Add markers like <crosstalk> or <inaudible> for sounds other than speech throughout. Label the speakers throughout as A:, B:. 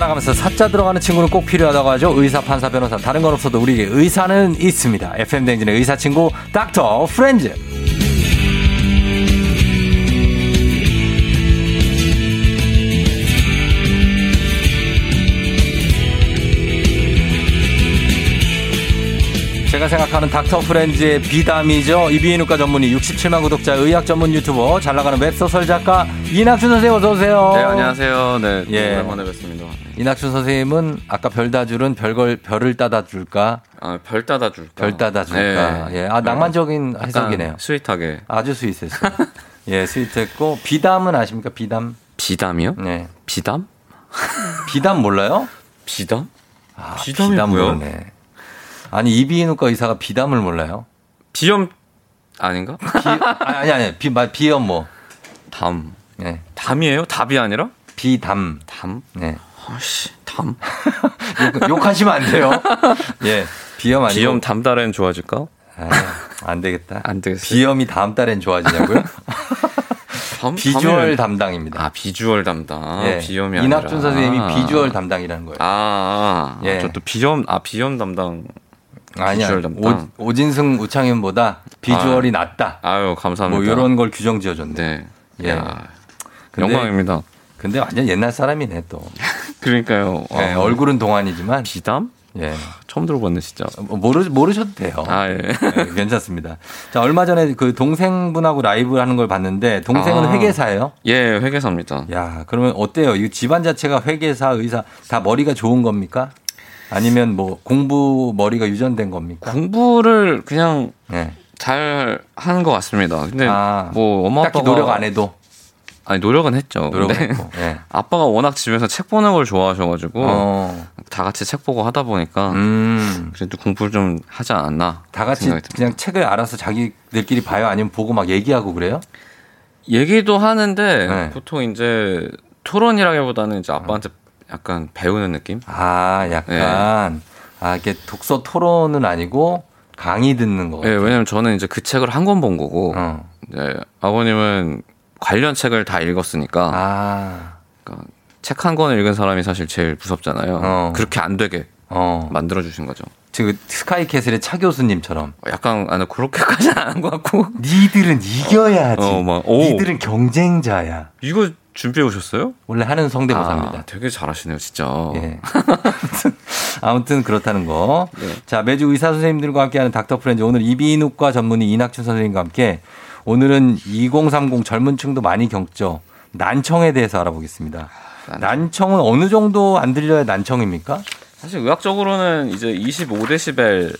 A: 알았어. 사자 들어가는 친구는 꼭 필요하다고 하죠. 의사, 판사, 변호사. 다른 건 없어도 우리에게 의사는 있습니다. FM 댕진의 의사 친구 닥터 프렌즈. 제가 생각하는 닥터 프렌즈의 비담이죠. 이비인후과 전문의 67만 구독자 의학 전문 유튜버 잘 나가는 웹소설 작가 이낙준 선생님 어서 오세요.
B: 네, 안녕하세요. 네,
A: 예.
B: 오랜만에 뵙습니다.
A: 이낙준 선생님은 아까 별 다줄은 별걸 별을 따다 줄까?
B: 아, 별 따다 줄까?
A: 별 따다 줄까?
B: 네.
A: 예. 아 낭만적인
B: 약간
A: 해석이네요.
B: 스윗하게.
A: 아주
B: <laughs>
A: 스윗했어요. 예, 스윗했고 비담은 아십니까? 비담.
B: 비담이요?
A: 네.
B: 음. 비담?
A: 비담 몰라요?
B: 비담?
A: 아,
B: 비담이
A: 비담
B: 뭐예요?
A: 모르네. 아니 이비인후과 의사가 비담을 몰라요?
B: 비염
A: <laughs>
B: 아닌가?
A: 비, 아니 아니 비 마- 비염 뭐?
B: 담.
A: 예.
B: 담이에요? 답이 아니라?
A: 비담.
B: 담?
A: 네.
B: 아씨, 담.
A: 욕- 욕하시면 안 돼요. 예. 비염 아니고
B: 비염 담달엔 좋아질까?
A: 아, 안 되겠다.
B: 안 되겠어요.
A: 비염이 다음 달엔
B: <laughs>
A: 좋아지냐고요?
B: 담,
A: 비주얼
B: 담이면-
A: 담당입니다.
B: 아, 비주얼 담당.
A: 예.
B: 비염이 아니라.
A: 이낙준 선생님이 비주얼 담당이라는 거예요.
B: 아, 아.
A: 예.
B: 저또 비염, 아, 비염 담당.
A: 아, 니야
B: 비주얼 담당.
A: 오, 진승 우창현보다 비주얼이 낫다.
B: 아유, 감사합니다.
A: 뭐 이런 걸 규정 지어줬네.
B: 네.
A: 예.
B: 야,
A: 근데-
B: 영광입니다.
A: 근데 완전 옛날 사람이네 또.
B: 그러니까요.
A: 예,
B: 아,
A: 얼굴은 동안이지만
B: 비담?
A: 예.
B: 처음 들어봤네 진짜.
A: 모르 모르셔도 돼요.
B: 아 예.
A: 예, 괜찮습니다. 자 얼마 전에 그 동생분하고 라이브 하는 걸 봤는데 동생은
B: 아.
A: 회계사예요.
B: 예 회계사입니다.
A: 야 그러면 어때요? 이 집안 자체가 회계사 의사 다 머리가 좋은 겁니까? 아니면 뭐 공부 머리가 유전된 겁니까?
B: 공부를 그냥
A: 예.
B: 잘 하는 것 같습니다. 근데
A: 아,
B: 뭐 네. 엄마
A: 딱히
B: 아빠가
A: 노력 안 해도
B: 아니 노력은 했죠.
A: 노력을
B: 근데
A: 했고. 예.
B: <laughs> 아빠가 워낙 집에서 책 보는 걸 좋아하셔가지고
A: 어.
B: 다 같이 책 보고 하다 보니까
A: 음.
B: 그래도 공부를 좀 하지 않았나.
A: 다 같이
B: 생각이 듭니다.
A: 그냥 책을 알아서 자기들끼리 봐요? 아니면 보고 막 얘기하고 그래요?
B: 얘기도 하는데
A: 네. 어.
B: 보통 이제 토론이라기보다는 이제 아빠한테 약간 배우는 느낌.
A: 아, 약간. 아, 이게 독서 토론은 아니고 강의 듣는 거.
B: 예, 왜냐면 저는 이제 그 책을 한 권 본 거고
A: 어.
B: 네, 아버님은 관련 책을 다 읽었으니까
A: 아,
B: 책 한 권을 읽은 사람이 사실 제일 무섭잖아요.
A: 어.
B: 그렇게 안 되게
A: 어.
B: 만들어 주신 거죠.
A: 지금 그 스카이캐슬의 차 교수님처럼.
B: 약간 아, 나 그렇게까지는 안 한 것 같고.
A: 니들은 이겨야지.
B: 어, 막, 오.
A: 니들은 경쟁자야.
B: <laughs> 이거 준비해 오셨어요?
A: 원래 하는
B: 아,
A: 성대모사입니다.
B: 되게 잘하시네요, 진짜.
A: 예. <laughs> 아무튼, 아무튼 그렇다는 거.
B: 네.
A: 자, 매주 의사 선생님들과 함께하는 닥터 프렌즈. 오늘 이비인후과 전문의 이낙춘 선생님과 함께 오늘은 2030 젊은 층도 많이 겪죠. 난청에 대해서 알아보겠습니다.
B: 난-
A: 난청은 어느 정도 안 들려야 난청입니까?
B: 사실 의학적으로는 이제 25데시벨을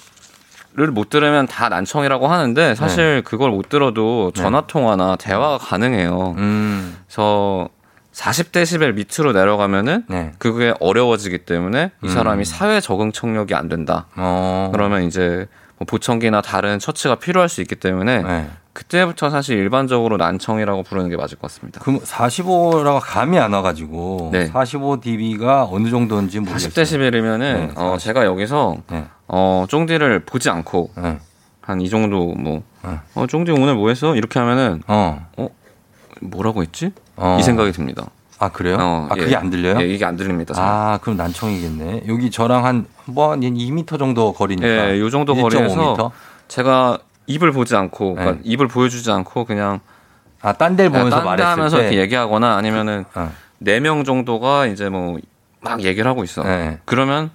B: 못 들으면 다 난청이라고 하는데 사실 그걸 못 들어도 전화 통화나 대화가 가능해요.
A: 음.
B: 그래서 40데시벨 밑으로 내려가면은
A: 네.
B: 그게 어려워지기 때문에 이
A: 음.
B: 사람이 사회 적응 청력이 안 된다.
A: 어.
B: 그러면 이제 뭐 보청기나 다른 처치가 필요할 수 있기 때문에
A: 네.
B: 그때부터 사실 일반적으로 난청이라고 부르는 게 맞을 것 같습니다.
A: 그럼 45라고 감이 안 와가지고
B: 네.
A: 45dB가 어느 정도인지 모르겠어요.
B: 40데시벨이면은
A: 네,
B: 어, 제가 여기서
A: 네.
B: 어, 쫑디를 보지 않고
A: 네.
B: 한 이 정도 뭐
A: 네.
B: 어, 쫑디 오늘 뭐 했어? 이렇게 하면은
A: 어.
B: 뭐라고 했지?
A: 어.
B: 이 생각이 듭니다.
A: 아 그래요?
B: 어,
A: 아
B: 예.
A: 그게 안 들려요?
B: 예, 이게 안 들립니다. 잘.
A: 아, 그럼 난청이겠네. 여기 저랑 한, 뭐, 한 2m 정도 거리니까.
B: 예, 요 정도
A: 1.5
B: 거리에서
A: 그러니까 미터?
B: 제가 입을 보지 않고 그러니까 입을 보여주지 않고 그냥
A: 아, 딴 데를 보면서
B: 예, 딴데
A: 말했을
B: 하면서
A: 때.
B: 이렇게 얘기하거나 아니면은
A: 어,
B: 네 명 정도가 이제 뭐 막 얘기를 하고 있어.
A: 예.
B: 그러면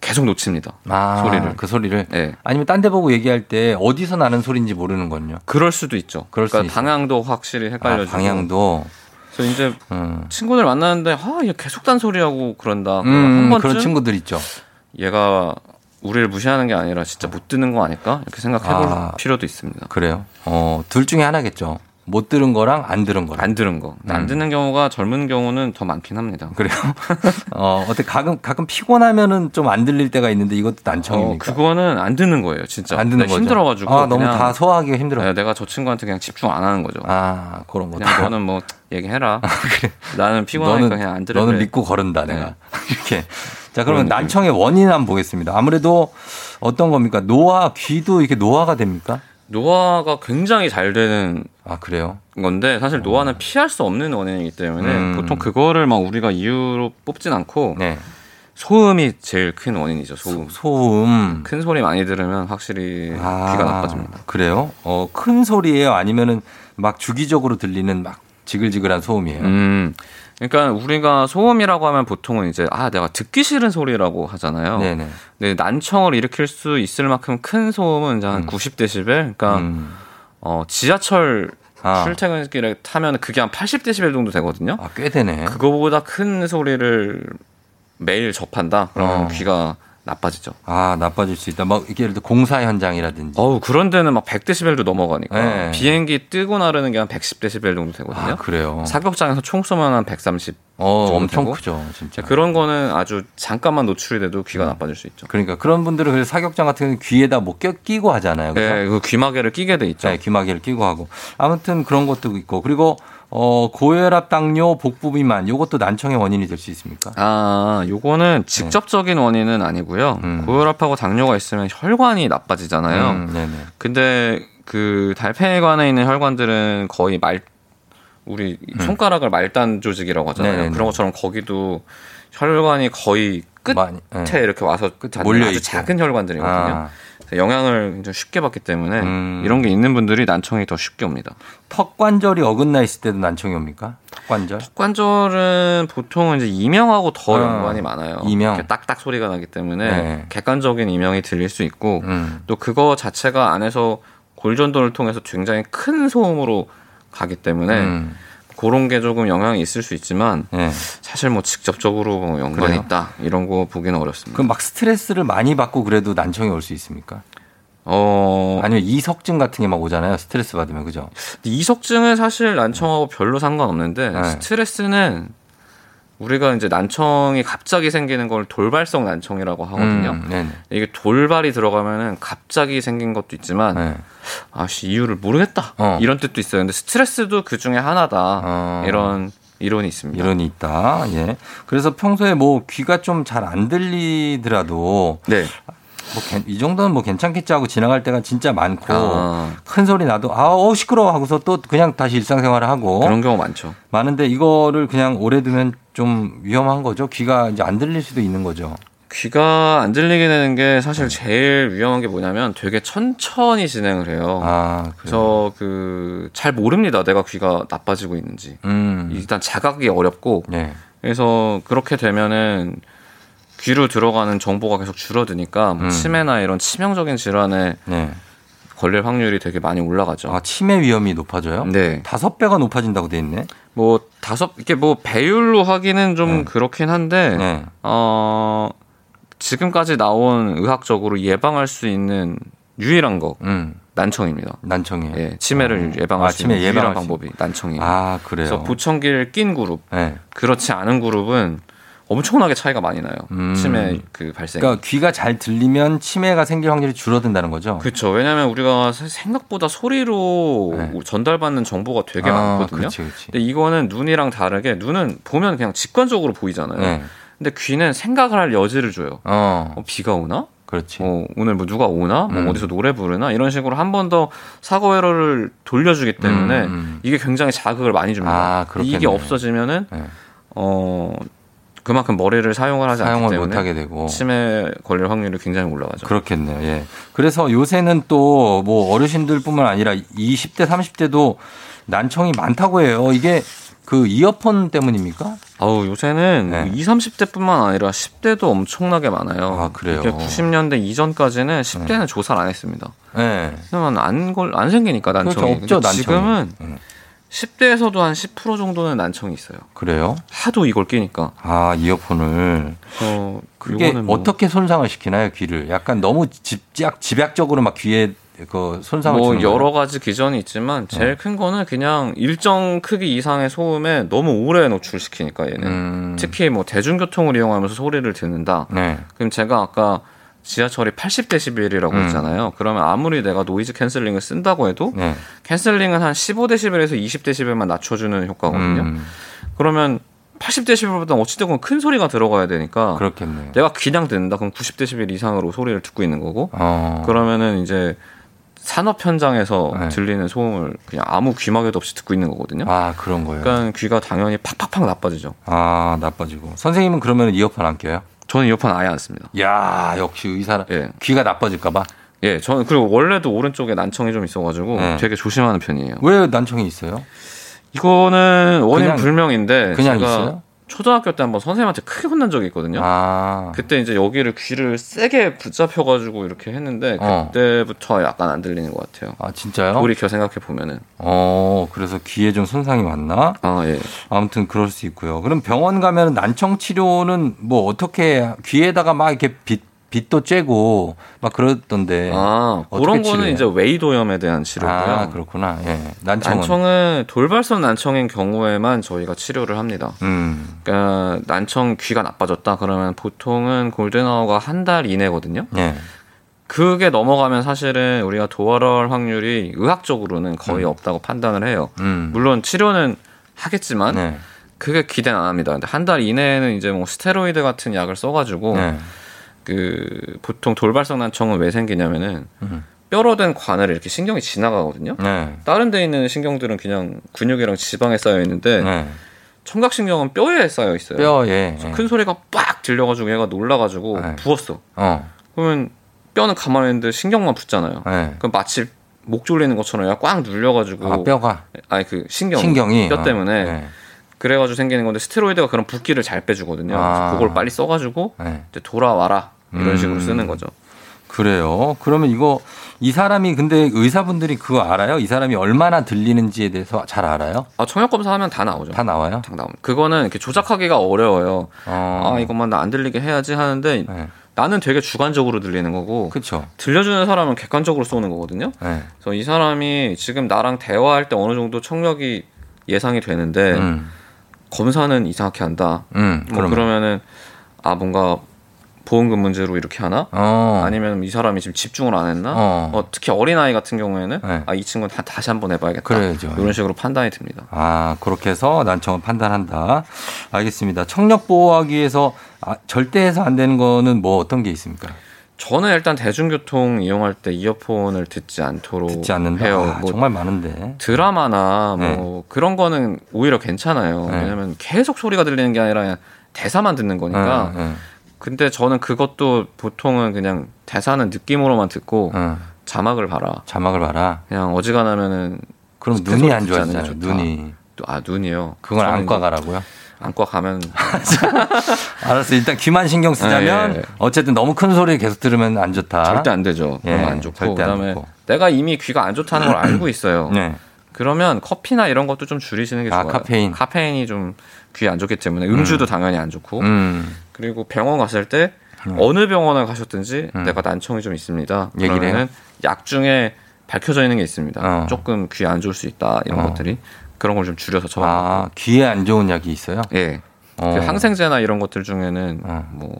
B: 계속 놓칩니다.
A: 아,
B: 소리를.
A: 그 소리를.
B: 예.
A: 아니면 딴 데 보고 얘기할 때 어디서 나는 소리인지 모르는군요.
B: 그럴 수도 있죠.
A: 그럴 수
B: 러니
A: 있
B: 까
A: 어
B: 방향도 확실히
A: 아,
B: 헷갈려지고.
A: 방향도.
B: 그래서 이제
A: 음,
B: 친구들 만나는데 아, 얘 계속 딴소리하고 아, 그런다. 그러면
A: 음,
B: 한 번쯤
A: 그런 친구들 있죠.
B: 얘가 우리를 무시하는 게 아니라 진짜 못 듣는 거 아닐까? 이렇게 생각해 볼
A: 아.
B: 필요도 있습니다.
A: 그래요. 어, 둘 중에 하나겠죠. 못 들은 거랑 안 들은 거랑.
B: 안 들은
A: 음.
B: 거. 안 듣는 경우가 젊은 경우는 더 많긴 합니다.
A: 그래요? 어, 어때 가끔 가끔 피곤하면은 좀 안 들릴 때가 있는데 이것도
B: 어,
A: 난청입니까?
B: 그거는 안 듣는 거예요, 진짜.
A: 안 듣는
B: 내가
A: 거죠.
B: 힘들어가지고
A: 아, 너무
B: 그냥
A: 다 소화하기가 힘들어.
B: 네, 내가 저 친구한테 그냥 집중 안 하는 거죠.
A: 아, 그런 거.
B: 그냥 너는 뭐 얘기해라. 나는 피곤하니까 그냥 안 들을래.
A: 아, 너는 믿고 거른다 내가 <laughs>
B: 네.
A: 이렇게 자 그러면
B: 그런
A: 난청의 원인 한번 보겠습니다 아무래도 어떤 겁니까 노화 귀도 이렇게 노화가 됩니까
B: 노화가 굉장히 잘 되는
A: 아 그래요?
B: 건데 사실 노화는 피할 수 없는 원인이기 때문에
A: 어. 음.
B: 보통 그거를 막 우리가 이유로 뽑진 않고
A: 네.
B: 소음이 제일 큰 원인이죠. 소음.
A: 뭐 소음.
B: 큰 소리 많이 들으면 확실히
A: 아,
B: 귀가 나빠집니다.
A: 그래요? 어, 큰 소리예요? 아니면은 막 주기적으로 들리는 막 지글지글한 소음이에요?
B: 음. 그러니까 우리가 소음이라고 하면 보통은 이제 아 내가 듣기 싫은 소리라고 하잖아요.
A: 어. 네네.
B: 근데 난청을 일으킬 수 있을 만큼 큰 소음은 이제 한 90데시벨. 그러니까
A: 음.
B: 어, 지하철
A: 아.
B: 출퇴근길에 타면 그게 한 80데시벨 정도 되거든요.
A: 아, 꽤 되네.
B: 그거보다 큰 소리를 매일 접한다. 그러면
A: 어.
B: 귀가 나빠지죠.
A: 아, 나빠질 수 있다. 막, 이게 예를 들어 공사 현장이라든지.
B: 어우 그런 데는 막 100데시벨도 넘어가니까
A: 네.
B: 비행기 뜨고 나르는 게 한 110데시벨 정도 되거든요.
A: 아, 그래요?
B: 사격장에서 총 쏘면 한 130.
A: 어,
B: 정도
A: 엄청
B: 되고?
A: 크죠, 진짜. 그...
B: 그런 거는 아주 잠깐만 노출이 돼도
A: 음.
B: 귀가 나빠질 수 있죠.
A: 러니까 그런 분들은 그래서 사격장 같은 경우는 귀에다 뭐 껴, 끼고 하잖아요. 그죠?
B: 네, 그 귀마개를 끼게 돼 있죠.
A: 네, 귀마개를 끼고 하고. 아무튼 그런 것도 있고. 그리고, 어, 고혈압, 당뇨, 복부비만. 요것도 난청의 원인이 될 수 있습니까?
B: 아, 요거는 직접적인 원인은 아니고요.
A: 음.
B: 고혈압하고 당뇨가 있으면 혈관이 나빠지잖아요.
A: 음, 네네.
B: 근데 그 달팽이관에 있는 혈관들은 거의 말 우리 손가락을 말단 조직이라고 하잖아요.
A: 음. 네네네.
B: 그런 것처럼 거기도 혈관이 거의 끝에
A: 많이, 네.
B: 이렇게 와서 닿는
A: 몰려
B: 아주
A: 있고.
B: 작은 혈관들이거든요.
A: 아.
B: 그래서 영향을 굉장히 쉽게 받기 때문에
A: 음.
B: 이런 게 있는 분들이 난청이 더 쉽게 옵니다.
A: 턱 관절이 어긋나 있을 때도 난청이 옵니까? 턱 관절?
B: 관절은 보통은 이제 이명하고 더
A: 아,
B: 연관이 많아요.
A: 이명.
B: 이렇게 딱딱 소리가 나기 때문에
A: 네.
B: 객관적인 이명이 들릴 수 있고
A: 음.
B: 또 그거 자체가 안에서 골전도를 통해서 굉장히 큰 소음으로 가기 때문에
A: 음.
B: 그런 게 조금 영향이 있을 수 있지만
A: 네.
B: 사실 뭐 직접적으로 뭐 연관이
A: 그래요?
B: 있다 이런 거 보기는 어렵습니다.
A: 그럼 막 스트레스를 많이 받고 그래도 난청이 올 수 있습니까?
B: 어
A: 아니면 이석증 같은 게 막 오잖아요. 스트레스 받으면 그죠?
B: 이석증은 사실 난청하고 별로 상관없는데
A: 네.
B: 스트레스는 우리가 이제 난청이 갑자기 생기는 걸 돌발성 난청이라고 하거든요.
A: 음, 네네.
B: 이게 돌발이 들어가면은 갑자기 생긴 것도 있지만
A: 네.
B: 아씨 이유를 모르겠다
A: 어.
B: 이런 뜻도 있어요. 근데 스트레스도 그 중에 하나다
A: 어.
B: 이런 이론이 있습니다.
A: 이론이 있다. 예. 그래서 평소에 뭐 귀가 좀 잘 안 들리더라도
B: 네.
A: 뭐 괜- 이 정도는 뭐 괜찮겠지 하고 지나갈 때가 진짜 많고
B: 아.
A: 큰 소리 나도 아, 어, 시끄러워 하고서 또 그냥 다시 일상생활을 하고
B: 그런 경우 많죠.
A: 많은데 이거를 그냥 오래 두면 좀 위험한 거죠. 귀가 이제 안 들릴 수도 있는 거죠.
B: 귀가 안 들리게 되는 게 사실 제일 위험한 게 뭐냐면 되게 천천히 진행을 해요.
A: 아, 그래요.
B: 그래서 그 잘 모릅니다. 내가 귀가 나빠지고 있는지.
A: 음.
B: 일단 자각이 어렵고
A: 네.
B: 그래서 그렇게 되면은 귀로 들어가는 정보가 계속 줄어드니까 뭐
A: 음.
B: 치매나 이런 치명적인 질환에
A: 네.
B: 걸릴 확률이 되게 많이 올라가죠.
A: 아, 치매 위험이 높아져요?
B: 네.
A: 다섯 배가 높아진다고 돼 있네.
B: 뭐 다섯 이게 뭐 배율로 하기는 좀
A: 네.
B: 그렇긴 한데
A: 네.
B: 어 지금까지 나온 의학적으로 예방할 수 있는 유일한 거
A: 음.
B: 난청입니다.
A: 난청이에요.
B: 예, 치매를 예방할
A: 아,
B: 수 있는
A: 치매
B: 유일한
A: 예방할 수
B: 방법이 난청이에요.
A: 아, 그래요.
B: 그래서 보청기를 낀 그룹,
A: 네.
B: 그렇지 않은 그룹은 엄청나게 차이가 많이 나요.
A: 음.
B: 치매 그 발생.
A: 그러니까 귀가 잘 들리면 치매가 생길 확률이 줄어든다는 거죠.
B: 그렇죠. 왜냐하면 우리가 사- 생각보다 소리로
A: 네.
B: 전달받는 정보가 되게
A: 아,
B: 많거든요.
A: 그렇지, 그렇지.
B: 근데 이거는 눈이랑 다르게 눈은 보면 그냥 직관적으로 보이잖아요.
A: 네.
B: 근데 귀는 생각을 할 여지를 줘요.
A: 어,
B: 어, 비가 오나?
A: 그렇지.
B: 뭐 오늘 뭐 누가 오나? 뭐
A: 음.
B: 어디서 노래 부르나? 이런 식으로 한 번 더 사고 회로를 돌려주기 때문에
A: 음, 음.
B: 이게 굉장히 자극을 많이 줍니다.
A: 아, 그렇겠네.
B: 이게 없어지면은
A: 네.
B: 어 그만큼 머리를 사용을 하지 않기
A: 사용을 못
B: 때문에
A: 하게 되고.
B: 치매 걸릴 확률이 굉장히 올라가죠.
A: 그렇겠네요. 예. 그래서 요새는 또 뭐 어르신들뿐만 아니라 20대, 30대도 난청이 많다고 해요. 이게 그 이어폰 때문입니까?
B: 아우 요새는
A: 네.
B: 20, 30대뿐만 아니라 10대도 엄청나게 많아요.
A: 아, 그래요?
B: 90년대 이전까지는 10대는 조사를 안 했습니다.
A: 네.
B: 그냥 안걸 안 생기니까 난청이.
A: 그렇죠. 없죠,
B: 근데
A: 난청이.
B: 지금은
A: 음.
B: 10대에서도 한 10% 정도는 난청이 있어요.
A: 그래요?
B: 하도 이걸 끼니까.
A: 아, 이어폰을.
B: 어,
A: 그게
B: 요거는 뭐-
A: 어떻게 손상을 시키나요, 귀를? 약간 너무 집약, 집약적으로 막 귀에 그 손상을
B: 뭐
A: 주는 어.
B: 여러 가지 기전이 있지만 제일 큰 거는 그냥 일정 크기 이상의 소음에 너무 오래 노출시키니까 얘는.
A: 거예요? 음.
B: 특히 뭐 대중교통을 이용하면서 소리를 듣는다.
A: 네.
B: 그럼 제가 아까 지하철이 80데시벨이라고
A: 음.
B: 했잖아요. 그러면 아무리 내가 노이즈 캔슬링을 쓴다고 해도
A: 네.
B: 캔슬링은 한 15데시벨에서 20데시벨만 낮춰주는 효과거든요.
A: 음. 그러면
B: 그러면 80데시벨보다 어찌됐건 큰 소리가 들어가야 되니까
A: 그렇겠네요.
B: 내가 귀냥 듣는다. 그럼 90데시벨 이상으로 소리를 듣고 있는 거고
A: 어.
B: 그러면은 이제 산업 현장에서
A: 네.
B: 들리는 소음을 그냥 아무 귀마개도 없이 듣고 있는 거거든요.
A: 아 그런 거예요.
B: 그러니까 귀가 당연히 팍팍팍 나빠지죠.
A: 아 나빠지고 선생님은 그러면 이어폰 안 껴요?
B: 저는 이어폰 아예 안 씁니다.
A: 야 역시 의사라
B: 예,
A: 귀가 나빠질까봐
B: 예, 저는 그리고 원래도 오른쪽에 난청이 좀 있어가지고
A: 네.
B: 되게 조심하는 편이에요.
A: 왜 난청이 있어요?
B: 이거는 원인
A: 그냥-
B: 불명인데
A: 그냥
B: 네, 제가
A: 있어요?
B: 초등학교 때 한번 선생님한테 크게 혼난 적이 있거든요.
A: 아
B: 그때 이제 여기를 귀를 세게 붙잡혀가지고 이렇게 했는데
A: 어.
B: 그때부터 약간 안 들리는 것 같아요.
A: 아, 진짜요?
B: 돌이켜 생각해 보면은
A: 어 그래서 귀에 좀 손상이 왔나?
B: 아 예.
A: 아무튼 그럴 수 있고요. 그럼 병원 가면 난청 치료는 뭐 어떻게 귀에다가 막 이렇게 빛 빛도 쬐고 막 그러던데.
B: 아
A: 네. 어떻게
B: 그런 거는
A: 치료해요?
B: 이제 웨이도염에 대한 치료고요.
A: 아, 그렇구나. 예. 난청은.
B: 난청은 돌발성 난청인 경우에만 저희가 치료를 합니다.
A: 음.
B: 그러니까 난청 귀가 나빠졌다 그러면 보통은 골든아워가 한 달 이내거든요.
A: 예.
B: 그게 넘어가면 사실은 우리가 도활할 확률이 의학적으로는 거의 없다고 판단을 해요.
A: 음.
B: 물론 치료는 하겠지만
A: 네.
B: 그게 기대는 안 합니다. 근데 한 달 이내에는 이제 뭐 스테로이드 같은 약을 써가지고
A: 네.
B: 그 보통 돌발성 난청은 왜 생기냐면은
A: 음.
B: 뼈로 된 관을 이렇게 신경이 지나가거든요.
A: 네.
B: 다른 데 있는 신경들은 그냥 근육이랑 지방에 쌓여 있는데
A: 네.
B: 청각신경은 뼈에 쌓여 있어요.
A: 뼈에. 예,
B: 그래서 큰 소리가 빡 들려가지고 얘가 놀라가지고
A: 네.
B: 부었어.
A: 어.
B: 그러면 뼈는 가만히 있는데 신경만 붙잖아요.
A: 네.
B: 그럼 마치 목 졸리는 것처럼 얘가 꽉 눌려가지고
A: 아, 뼈가
B: 아니 그 신경
A: 신경이
B: 뼈 때문에
A: 네.
B: 그래가지고 생기는 건데 스테로이드가 그런 붓기를 잘 빼주거든요.
A: 아.
B: 그래서 그걸 빨리 써가지고
A: 네.
B: 이제 돌아와라 이런
A: 음.
B: 식으로 쓰는 거죠.
A: 그래요. 그러면 이거 이 사람이 근데 의사분들이 그거 알아요? 이 사람이 얼마나 들리는지에 대해서 잘 알아요?
B: 아 청력 검사하면 다 나오죠.
A: 다 나와요?
B: 다 나옵니다. 그거는 이렇게 조작하기가 어려워요.
A: 어.
B: 아 이것만 나 안 들리게 해야지 하는데
A: 네.
B: 나는 되게 주관적으로 들리는 거고
A: 그렇죠.
B: 들려주는 사람은 객관적으로 쏘는 거거든요.
A: 네.
B: 그래서 이 사람이 지금 나랑 대화할 때 어느 정도 청력이 예상이 되는데
A: 음.
B: 검사는 이상하게 한다.
A: 음.
B: 네. 뭐
A: 그러면.
B: 그러면은 아 뭔가 보험금 문제로 이렇게 하나?
A: 어.
B: 아니면 이 사람이 지금 집중을 안 했나?
A: 어.
B: 어, 특히 어린아이 같은 경우에는
A: 네.
B: 아, 이 친구는 다, 다시 한번 해봐야겠다.
A: 그래야죠.
B: 이런 식으로 판단이 듭니다.
A: 아, 그렇게 해서 난청은 판단한다. 알겠습니다. 청력 보호하기 위해서 아, 절대 해서 안 되는 거는 뭐 어떤 게 있습니까?
B: 저는 일단 대중교통 이용할 때 이어폰을 듣지 않도록
A: 듣지 않는다.
B: 해요.
A: 아,
B: 뭐
A: 정말 많은데.
B: 드라마나 뭐 그런 거는 오히려 괜찮아요.
A: 네.
B: 왜냐면 계속 소리가 들리는 게 아니라 그냥 대사만 듣는 거니까.
A: 응, 응,
B: 근데 저는 그것도 보통은 그냥 대사는 느낌으로만 듣고
A: 응.
B: 자막을 봐라.
A: 자막을 봐라.
B: 그냥 어지간하면은
A: 그럼
B: 스탠드
A: 눈이 안
B: 듣지 않는
A: 좋아지잖아요.
B: 게 좋다.
A: 눈이.
B: 또 아 눈이요.
A: 그건
B: 저는
A: 안과 아? 가라고요?
B: 안과 가면
A: 알았어. 일단 귀만 신경 쓰자면
B: 예, 예.
A: 어쨌든 너무 큰 소리 계속 들으면 안 좋다.
B: 절대 안 되죠.
A: 예,
B: 그러면 안 좋고
A: 절대 안
B: 그다음에
A: 좋고.
B: 내가 이미 귀가 안 좋다는 걸 알고 있어요.
A: 네.
B: 그러면 커피나 이런 것도 좀 줄이시는 게
A: 아,
B: 좋아요.
A: 카페인.
B: 이 좀 귀에 안 좋기 때문에 음주도 당연히 안 좋고
A: 음.
B: 그리고 병원 갔을 때
A: 음.
B: 어느 병원을 가셨든지
A: 음.
B: 내가 난청이 좀 있습니다.
A: 얘기를
B: 그러면은 약 중에 밝혀져 있는 게 있습니다.
A: 어.
B: 조금 귀에 안 좋을 수 있다 이런
A: 어.
B: 것들이 그런 걸 좀 줄여서 처방.
A: 아, 귀에 안 좋은 약이 있어요?
B: 예.
A: 어.
B: 그 항생제나 이런 것들 중에는
A: 어.
B: 뭐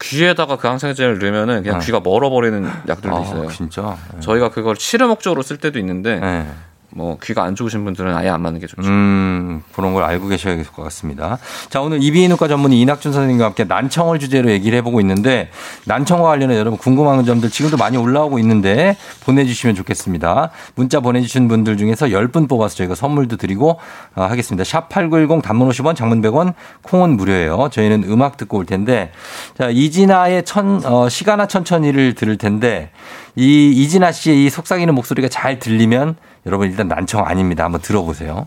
B: 귀에다가 그 항생제를 넣으면은 그냥
A: 어.
B: 귀가 멀어버리는 약들도
A: 아,
B: 있어요.
A: 진짜.
B: 저희가 그걸 치료 목적으로 쓸 때도 있는데
A: 네.
B: 뭐 귀가 안 좋으신 분들은 아예 안 맞는 게 좋죠.
A: 음, 그런 걸 알고 계셔야 될 것 같습니다. 자, 오늘 이비인후과 전문의 이낙준 선생님과 함께 난청을 주제로 얘기를 해보고 있는데 난청과 관련해 여러분 궁금한 점들 지금도 많이 올라오고 있는데 보내주시면 좋겠습니다. 문자 보내주신 분들 중에서 10분 뽑아서 저희가 선물도 드리고 아, 하겠습니다. 샵8910 단문 50원 장문 100원 콩은 무료예요. 저희는 음악 듣고 올 텐데 자, 이진아의 천, 어, 시간아 천천히를 들을 텐데 이 이진아 씨의 이 속삭이는 목소리가 잘 들리면 여러분 일단 난청 아닙니다. 한번 들어보세요.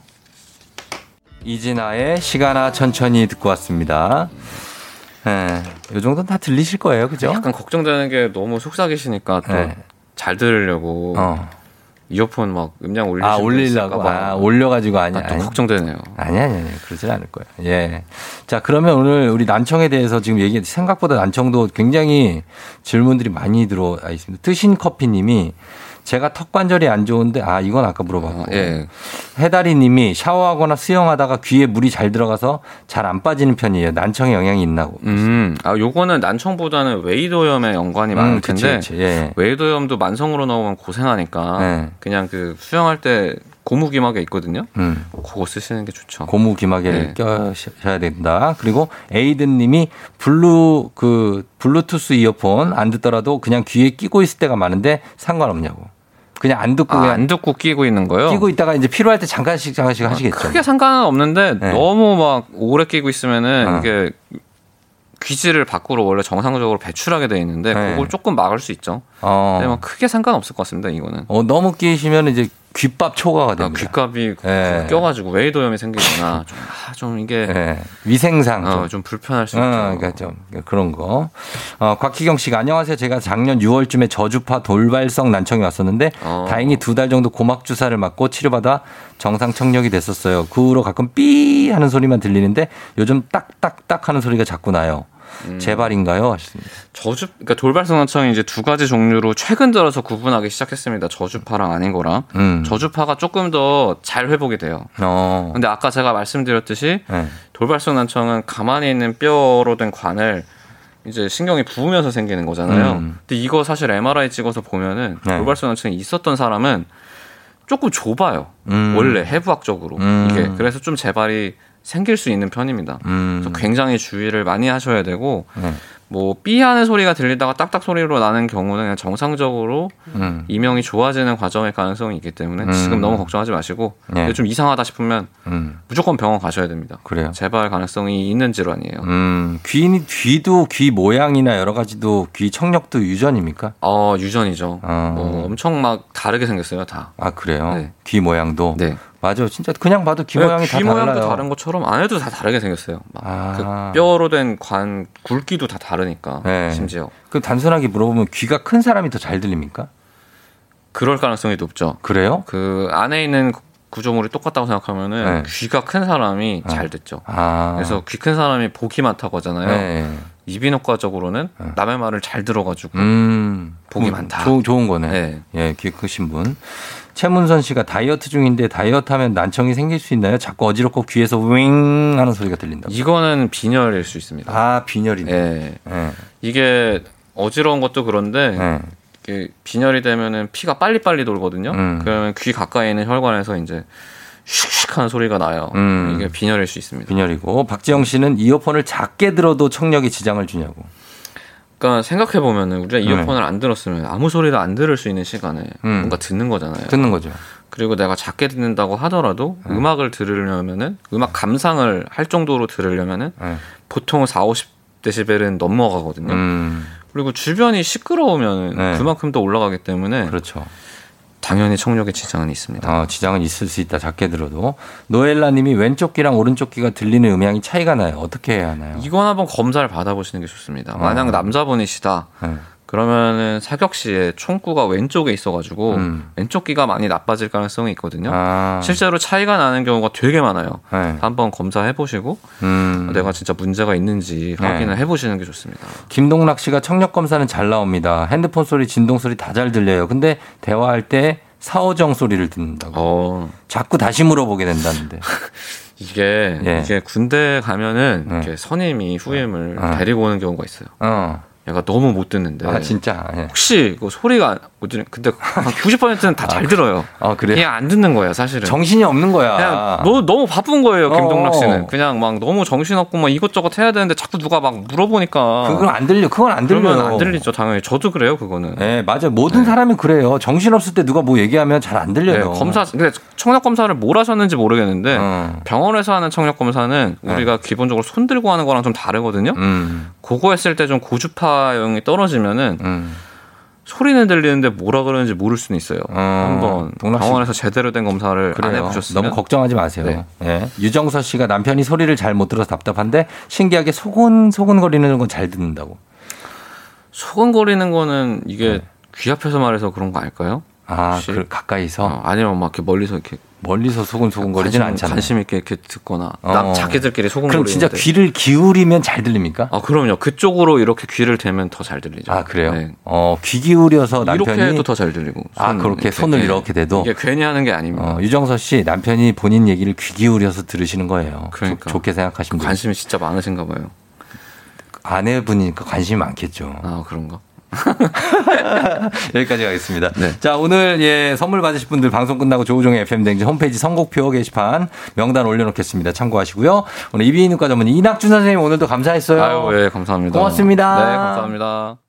A: 이진아의 시간아 천천히 듣고 왔습니다. 예, 요 정도는 다 들리실 거예요, 그죠?
B: 약간 걱정되는 게 너무 속삭이시니까
A: 네.
B: 또 잘 들으려고
A: 어.
B: 이어폰 막 음량 올리시는
A: 아,
B: 분
A: 올리려고.
B: 있을까 봐.
A: 아, 올려가지고 아니,
B: 나 또
A: 아니.
B: 걱정되네요.
A: 아니, 아니, 아니. 그러진 않을 거예요. 예. 자, 그러면 오늘 우리 난청에 대해서 지금 얘기, 생각보다 난청도 굉장히 질문들이 많이 들어와 있습니다. 뜨신 커피 님이 제가 턱 관절이 안 좋은데, 아, 이건 아까 물어봤고.
B: 아, 예.
A: 해다리 님이 샤워하거나 수영하다가 귀에 물이 잘 들어가서 잘 안 빠지는 편이에요. 난청에 영향이 있나고.
B: 음. 아, 요거는 난청보다는 웨이도염에 연관이 많을
A: 음, 그치,
B: 텐데
A: 그치.
B: 네.
A: 예.
B: 웨이도염도 만성으로 나오면 고생하니까
A: 네.
B: 그냥 그 수영할 때 고무기막에 있거든요.
A: 음.
B: 그거 쓰시는 게 좋죠.
A: 고무 기마개를
B: 네.
A: 껴셔야 된다. 그리고 에이든 님이 블루 그 블루투스 이어폰 안 듣더라도 그냥 귀에 끼고 있을 때가 많은데 상관없냐고. 그냥 안 듣고
B: 아,
A: 그냥
B: 안 듣고 끼고 있는 거요? 아,
A: 끼고 있다가 이제 필요할 때 잠깐씩 잠깐씩 하시겠죠.
B: 크게 상관은 없는데
A: 네.
B: 너무 막 오래 끼고 있으면은
A: 어.
B: 이게 귀지를 밖으로 원래 정상적으로 배출하게 돼 있는데
A: 네.
B: 그걸 조금 막을 수 있죠.
A: 어.
B: 근데 뭐 크게 상관 없을 것 같습니다. 이거는
A: 어, 너무 끼시면 이제 귓밥 초과가
B: 아,
A: 됩니다.
B: 귓값이
A: 네.
B: 껴가지고
A: <laughs>
B: 외이도염이 생기거나 좀, 아, 좀 이게
A: 예. 위생상 좀
B: 어, 좀 불편할 수 있죠.
A: 어, 그러니까 좀 그런 거. 어, 곽희경 씨가 안녕하세요. 제가 작년 6월쯤에 저주파 돌발성 난청이 왔었는데
B: 어.
A: 다행히 두 달 정도 고막 주사를 맞고 치료받아 정상 청력이 됐었어요. 그 후로 가끔 삐 하는 소리만 들리는데 요즘 딱딱딱 하는 소리가 자꾸 나요.
B: 음.
A: 제발인가요? 하셨습니다.
B: 저주 그러니까 돌발성 난청이 이제 두 가지 종류로 최근 들어서 구분하기 시작했습니다. 저주파랑 아닌 거랑
A: 음.
B: 저주파가 조금 더 잘 회복이 돼요.
A: 어.
B: 근데 아까 제가 말씀드렸듯이
A: 예.
B: 돌발성 난청은 가만히 있는 뼈로 된 관을 이제 신경이 부으면서 생기는 거잖아요.
A: 음.
B: 근데 이거 사실 MRI 찍어서 보면은
A: 네.
B: 돌발성 난청이 있었던 사람은 조금 좁아요.
A: 음.
B: 원래 해부학적으로
A: 음.
B: 이게 그래서 좀 재발이 생길 수 있는 편입니다.
A: 음.
B: 그래서 굉장히 주의를 많이 하셔야 되고
A: 네.
B: 뭐 삐하는 소리가 들리다가 딱딱 소리로 나는 경우는 그냥 정상적으로
A: 음.
B: 이명이 좋아지는 과정일 가능성이 있기 때문에
A: 음.
B: 지금 너무 걱정하지 마시고
A: 네.
B: 근데 좀 이상하다 싶으면
A: 음.
B: 무조건 병원 가셔야 됩니다.
A: 그래요.
B: 재발 가능성이 있는 질환이에요.
A: 음. 귀 귀도 귀 모양이나 여러 가지도 귀 청력도 유전입니까?
B: 어 유전이죠.
A: 어.
B: 뭐 엄청 막 다르게 생겼어요 다.
A: 아 그래요.
B: 네.
A: 귀 모양도
B: 네.
A: 맞아요. 진짜 그냥 봐도 귀
B: 네,
A: 모양이 다
B: 귀 모양도
A: 달라요.
B: 다른 것처럼 안에도 다 다르게 생겼어요. 막
A: 아.
B: 그 뼈로 된 관 굵기도 다 다르니까
A: 네.
B: 심지어
A: 그 단순하게 물어보면 귀가 큰 사람이 더 잘 들립니까?
B: 그럴 가능성이 높죠.
A: 그래요?
B: 그 안에 있는 구조물이 똑같다고 생각하면은
A: 네.
B: 귀가 큰 사람이 잘 듣죠.
A: 아.
B: 그래서 귀 큰 사람이 복이 많다고 하잖아요.
A: 네.
B: 이비인후과적으로는 남의 말을 잘 들어가지고
A: 음.
B: 복이
A: 음,
B: 많다.
A: 좋은 좋은 거네.
B: 네.
A: 예, 귀 크신 분. 최문선 씨가 다이어트 중인데 다이어트 하면 난청이 생길 수 있나요? 자꾸 어지럽고 귀에서 윙 하는 소리가 들린다.
B: 이거는 빈혈일 수 있습니다.
A: 아, 빈혈이네.
B: 예.
A: 예.
B: 이게 어지러운 것도 그런데
A: 예.
B: 이게 빈혈이 되면은 피가 빨리빨리 돌거든요.
A: 음.
B: 그러면 귀 가까이 있는 혈관에서 이제 슉슉하는 소리가 나요.
A: 음.
B: 이게 빈혈일 수 있습니다.
A: 빈혈이고 박지영 씨는 이어폰을 작게 들어도 청력에 지장을 주냐고.
B: 그러니까 생각해 보면은 우리가
A: 네.
B: 이어폰을 안 들었으면 아무 소리도 안 들을 수 있는 시간에
A: 음.
B: 뭔가 듣는 거잖아요.
A: 듣는 거죠.
B: 그리고 내가 작게 듣는다고 하더라도
A: 네.
B: 음악을 들으려면은 음악 감상을 할 정도로 들으려면은
A: 예.
B: 보통 4, 50데시벨은 넘어가거든요.
A: 음.
B: 그리고 주변이 시끄러우면
A: 네.
B: 그만큼 더 올라가기 때문에
A: 그렇죠.
B: 당연히 청력에 지장은 있습니다.
A: 어, 지장은 있을 수 있다 작게 들어도 노엘라 님이 왼쪽 귀랑 오른쪽 귀가 들리는 음향이 차이가 나요. 어떻게 해야 하나요?
B: 이건 한번 검사를 받아보시는 게 좋습니다. 만약
A: 어.
B: 남자분이시다
A: 네.
B: 그러면은 사격 시에 총구가 왼쪽에 있어가지고
A: 음.
B: 왼쪽 귀가 많이 나빠질 가능성이 있거든요.
A: 아,
B: 실제로 차이가 나는 경우가 되게 많아요.
A: 네.
B: 한번 검사해 보시고
A: 음.
B: 내가 진짜 문제가 있는지
A: 네.
B: 확인을 해보시는 게 좋습니다.
A: 김동락 씨가 청력 검사는 잘 나옵니다. 핸드폰 소리, 진동 소리 다 잘 들려요. 근데 대화할 때 사오정 소리를 듣는다고.
B: 어
A: 자꾸 다시 물어보게 된다는데.
B: 이게
A: 예.
B: 이게 군대 가면은
A: 네.
B: 이렇게 선임이 후임을
A: 네.
B: 데리고 오는 경우가 있어요.
A: 어.
B: 얘가 너무 못 듣는데
A: 아 진짜. 예.
B: 혹시 그 소리가 못 들리 근데 한 90%는 다 잘 들어요.
A: 아 그래.
B: 그냥 안 듣는 거예요, 사실은.
A: 정신이 없는 거야.
B: 그냥 너, 너무 바쁜 거예요 김동락
A: 어.
B: 씨는 그냥 막 너무 정신없고 막 이것저것 해야 되는데 자꾸 누가 막 물어보니까
A: 그건 안 들려. 그건 안 들려.
B: 뭐 그러면 안 들리죠 당연히 저도 그래요 그거는
A: 예, 맞아요. 모든 사람이 그래요. 정신 없을 때 누가 뭐 얘기하면 잘 안
B: 네,
A: 들려요.
B: 검사 근데 청력 검사를 뭘 하셨는지 모르겠는데
A: 어.
B: 병원에서 하는 청력 검사는 우리가 기본적으로 손 들고 하는 거랑 좀 다르거든요
A: 네. 음.
B: 그거 했을 때 좀 고주파형이 떨어지면은
A: 음.
B: 소리는 들리는데 뭐라 그러는지 모를 수는 있어요
A: 어,
B: 한번
A: 동락 씨
B: 병원에서 제대로 된 검사를 안
A: 그래요.
B: 해보셨으면
A: 너무 걱정하지 마세요.
B: 네.
A: 예. 유정서 씨가 남편이 소리를 잘 못 들어서 답답한데 신기하게 소곤소곤거리는 건 잘 듣는다고.
B: 소근거리는 거는 이게
A: 네.
B: 귀 앞에서 말해서 그런 거 알까요?
A: 아,
B: 혹시?
A: 그 가까이서
B: 어, 아니면 막 이렇게 멀리서 이렇게
A: 멀리서 소곤소곤거리진
B: 관심-
A: 않잖아요.
B: 관심 있게 이렇게 듣거나
A: 어.
B: 남
A: 그럼
B: 자기들끼리 소곤거리는데.
A: 진짜 귀를 기울이면 잘 들립니까?
B: 아 그럼요. 그쪽으로 이렇게 귀를 대면 더 잘 들리죠.
A: 아, 그래요.
B: 네.
A: 어, 귀 기울여서 남편이
B: 이렇게 해도 더 잘 들리고. 예.
A: 아, 그렇게 손을 이렇게 대도?
B: 이게 괜히 하는 게 아닙니다.
A: 어, 유정서 씨 남편이 본인 얘기를 귀 기울여서 들으시는 거예요.
B: 그러니까.
A: 좋, 게 생각하시면 돼요.
B: 관심이 진짜 많으신가 봐요.
A: 아내분이니까 관심이 많겠죠.
B: 아 그런가?
A: 여기까지 가겠습니다.
B: 네.
A: 자, 오늘 예, 선물 받으실 분들 방송 끝나고 조우종의 FM 댕지 홈페이지 선곡표 게시판 명단 올려놓겠습니다. 참고하시고요. 오늘 이비인후과 전문의 이낙준 선생님 오늘도 감사했어요.
B: 아유 예 감사합니다.
A: 네. 고맙습니다.
B: 네 감사합니다.